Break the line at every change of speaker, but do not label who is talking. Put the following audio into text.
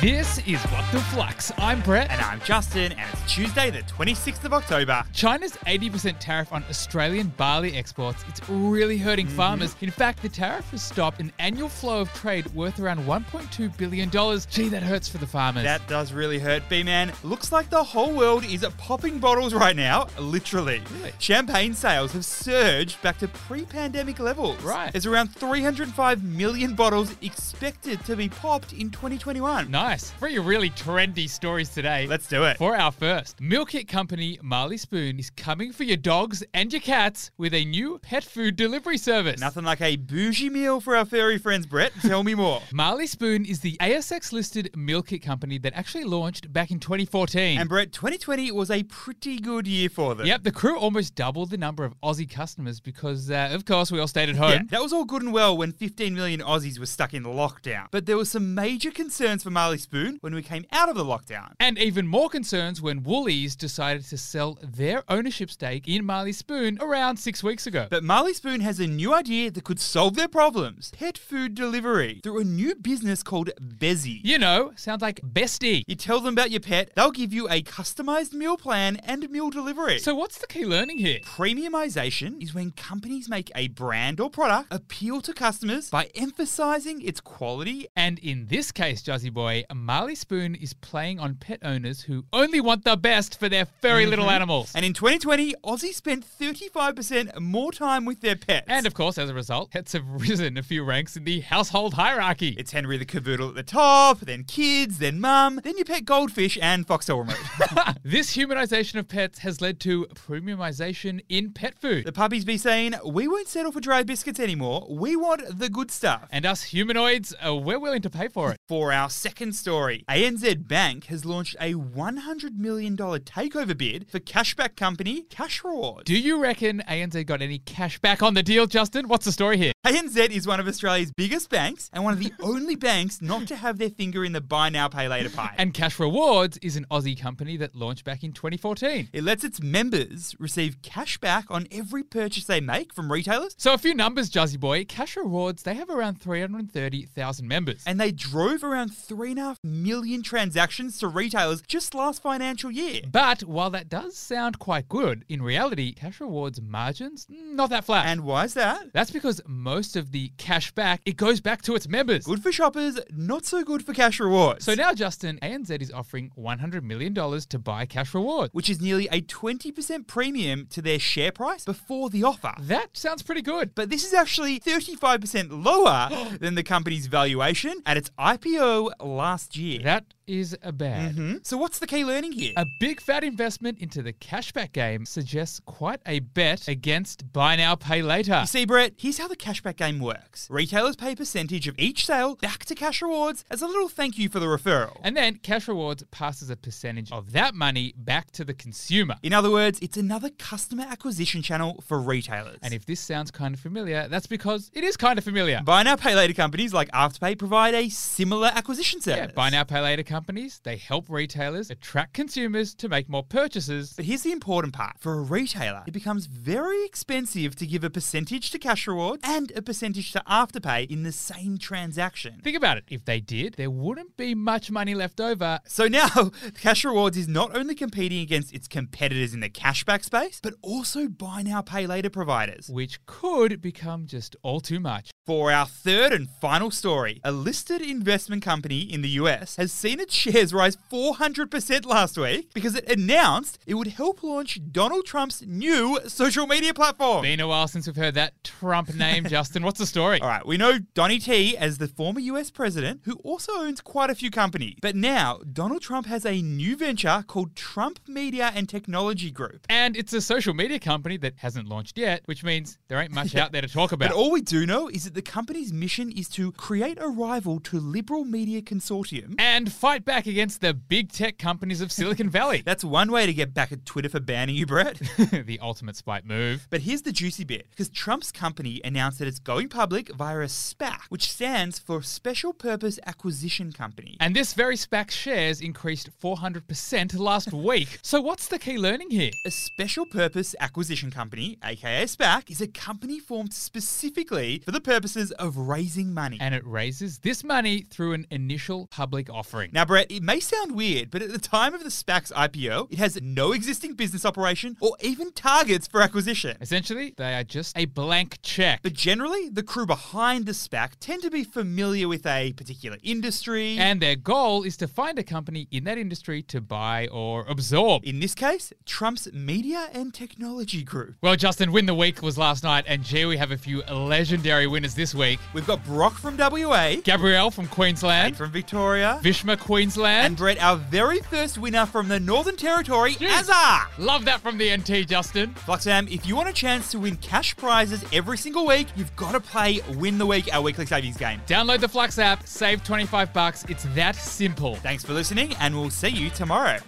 This is What the Flux. I'm Brett.
And I'm Justin, and it's Tuesday, the 26th of October.
China's 80% tariff on Australian barley exports. It's really hurting
Mm-hmm.
farmers. In fact, the tariff has stopped an annual flow of trade worth around $1.2 billion. Gee, that hurts for the farmers.
That does really hurt, B Man. Looks like the whole world is popping bottles right now, literally.
Really?
Champagne sales have surged back to pre pandemic levels.
Right.
There's around 305 million bottles expected to be popped in 2021.
nice. Three really trendy stories today.
Let's do it.
For our first, meal kit company Marley Spoon is coming for your dogs and your cats with a new pet food delivery service.
Nothing like a bougie meal for our furry friends, Brett. Tell me more.
Marley Spoon is the ASX listed meal kit company that actually launched back in 2014.
And Brett, 2020 was a pretty good year for them.
Yep, the crew almost doubled the number of Aussie customers because, uh, of course, we all stayed at home.
Yeah, that was all good and well when 15 million Aussies were stuck in lockdown. But there were some major concerns for Marley Spoon when we came out of the lockdown.
And even more concerns when Woolies decided to sell their ownership stake in Marley Spoon around six weeks ago.
But Marley Spoon has a new idea that could solve their problems pet food delivery through a new business called Bezzy.
you know, sounds like bestie.
You tell them about your pet, they'll give you a customized meal plan and meal delivery.
So, what's the key learning here?
Premiumization is when companies make a brand or product appeal to customers by emphasizing its quality
And in this case, Jazzy Boy, Marley Spoon is playing on pet owners who only want the best for their furry little animals.
Mm-hmm. And in 2020, Aussies spent 35% more time with their pets.
And of course, as a result, pets have risen a few ranks in the household hierarchy.
it's Henry the Cavoodle at the top, then kids, then mum, then your pet goldfish and Foxtel remote.
this humanization of pets has led to premiumization in pet food.
the puppies be saying, we won't settle for dry biscuits anymore. We want the good stuff.
And us humanoids, uh, we're willing to pay for it.
For our second story, ANZ Bank has launched a $100 million takeover bid for cashback company Cash Reward.
Do you reckon ANZ got any cash back on the deal, Justin? What's the story here?
ANZ is one of Australia's biggest banks and one of the only banks not to have their finger in the buy now, pay later pie.
And Cash Rewards is an Aussie company that launched back in 2014.
It lets its members receive cash back on every purchase they make from retailers,
So a few numbers, Juzzy Boy. Cash Rewards, they have around 330,000 members.
and they drove around 3.5 million transactions to retailers just last financial year.
But while that does sound quite good, in reality, Cash Rewards margins, mm, not that flat.
And why is that?
That's because most of the cash back, it goes back to its members.
Good for shoppers, not so good for cash rewards.
So now, Justin, ANZ is offering $100 million to buy Cash Rewards.
which is nearly a 20% premium to their share price before the offer.
That sounds pretty good.
But this is actually 35% lower than the company's valuation at its IPO last year.
That Uh, is a bad.
Hmm? So, what's the key learning here?
A big fat investment into the cashback game suggests quite a bet against buy now, pay later.
You see, Brett, here's how the cashback game works. Retailers pay a percentage of each sale back to Cash Rewards as a little thank you for the referral.
And then Cash Rewards passes a percentage of that money back to the consumer.
in other words, it's another customer acquisition channel for retailers.
And if this sounds kind of familiar, that's because it is kind of familiar.
buy now pay later companies like Afterpay provide a similar acquisition service.
Yeah, buy now, pay later companies, they help retailers attract consumers to make more purchases.
But here's the important part. For a retailer, it becomes very expensive to give a percentage to Cash Rewards and a percentage to Afterpay in the same transaction.
Think about it. If they did, there wouldn't be much money left over.
So now, Cash Rewards is not only competing against its competitors in the cashback space, but also buy now, pay later providers.
Which could become just all too much.
For our third and final story, a listed investment company in the US has seen its shares rise 400% last week because it announced it would help launch Donald Trump's new social media platform.
Been a while since we've heard that Trump name, Justin. What's the story?
All right, we know Donny T as the former US president who also owns quite a few companies. But now, Donald Trump has a new venture called Trump Media and Technology Group.
And it's a social media company that hasn't launched yet, which means there ain't much out there to talk
But
about.
all we do know is that the company's mission is to create a rival to Liberal Media Consortium.
and fight back against the big tech companies of Silicon Valley.
That's one way to get back at Twitter for banning you, Brett.
the ultimate spite move.
But here's the juicy bit, because Trump's company announced that it's going public via a SPAC, which stands for Special Purpose Acquisition Company.
And this very SPAC shares increased 400% last week. So, what's the key learning here?
A special purpose acquisition company, aka SPAC, is a company formed specifically for the purposes of raising money.
And it raises this money through an initial public offering.
Now, Now, Brett, it may sound weird, but at the time of the SPAC's IPO, it has no existing business operation or even targets for acquisition.
Essentially, they are just a blank check.
But generally, the crew behind the SPAC tend to be familiar with a particular industry.
and their goal is to find a company in that industry to buy or absorb.
in this case, Trump's media and technology group.
Well, Justin, Win the Week was last night, and gee, we have a few legendary winners this week.
We've got Brock from WA,
Gabrielle from
Kate
Queensland,
from Victoria,
Vishma
and
Queensland.
Brett, our very first winner from the Northern Territory,
Yes.
Azar.
Love that from the NT, Justin.
Fluxam, if you want a chance to win cash prizes every single week, you've got to play Win the Week, our weekly savings game.
Download the Flux app, save 25 bucks. It's that simple.
Thanks for listening, and we'll see you tomorrow.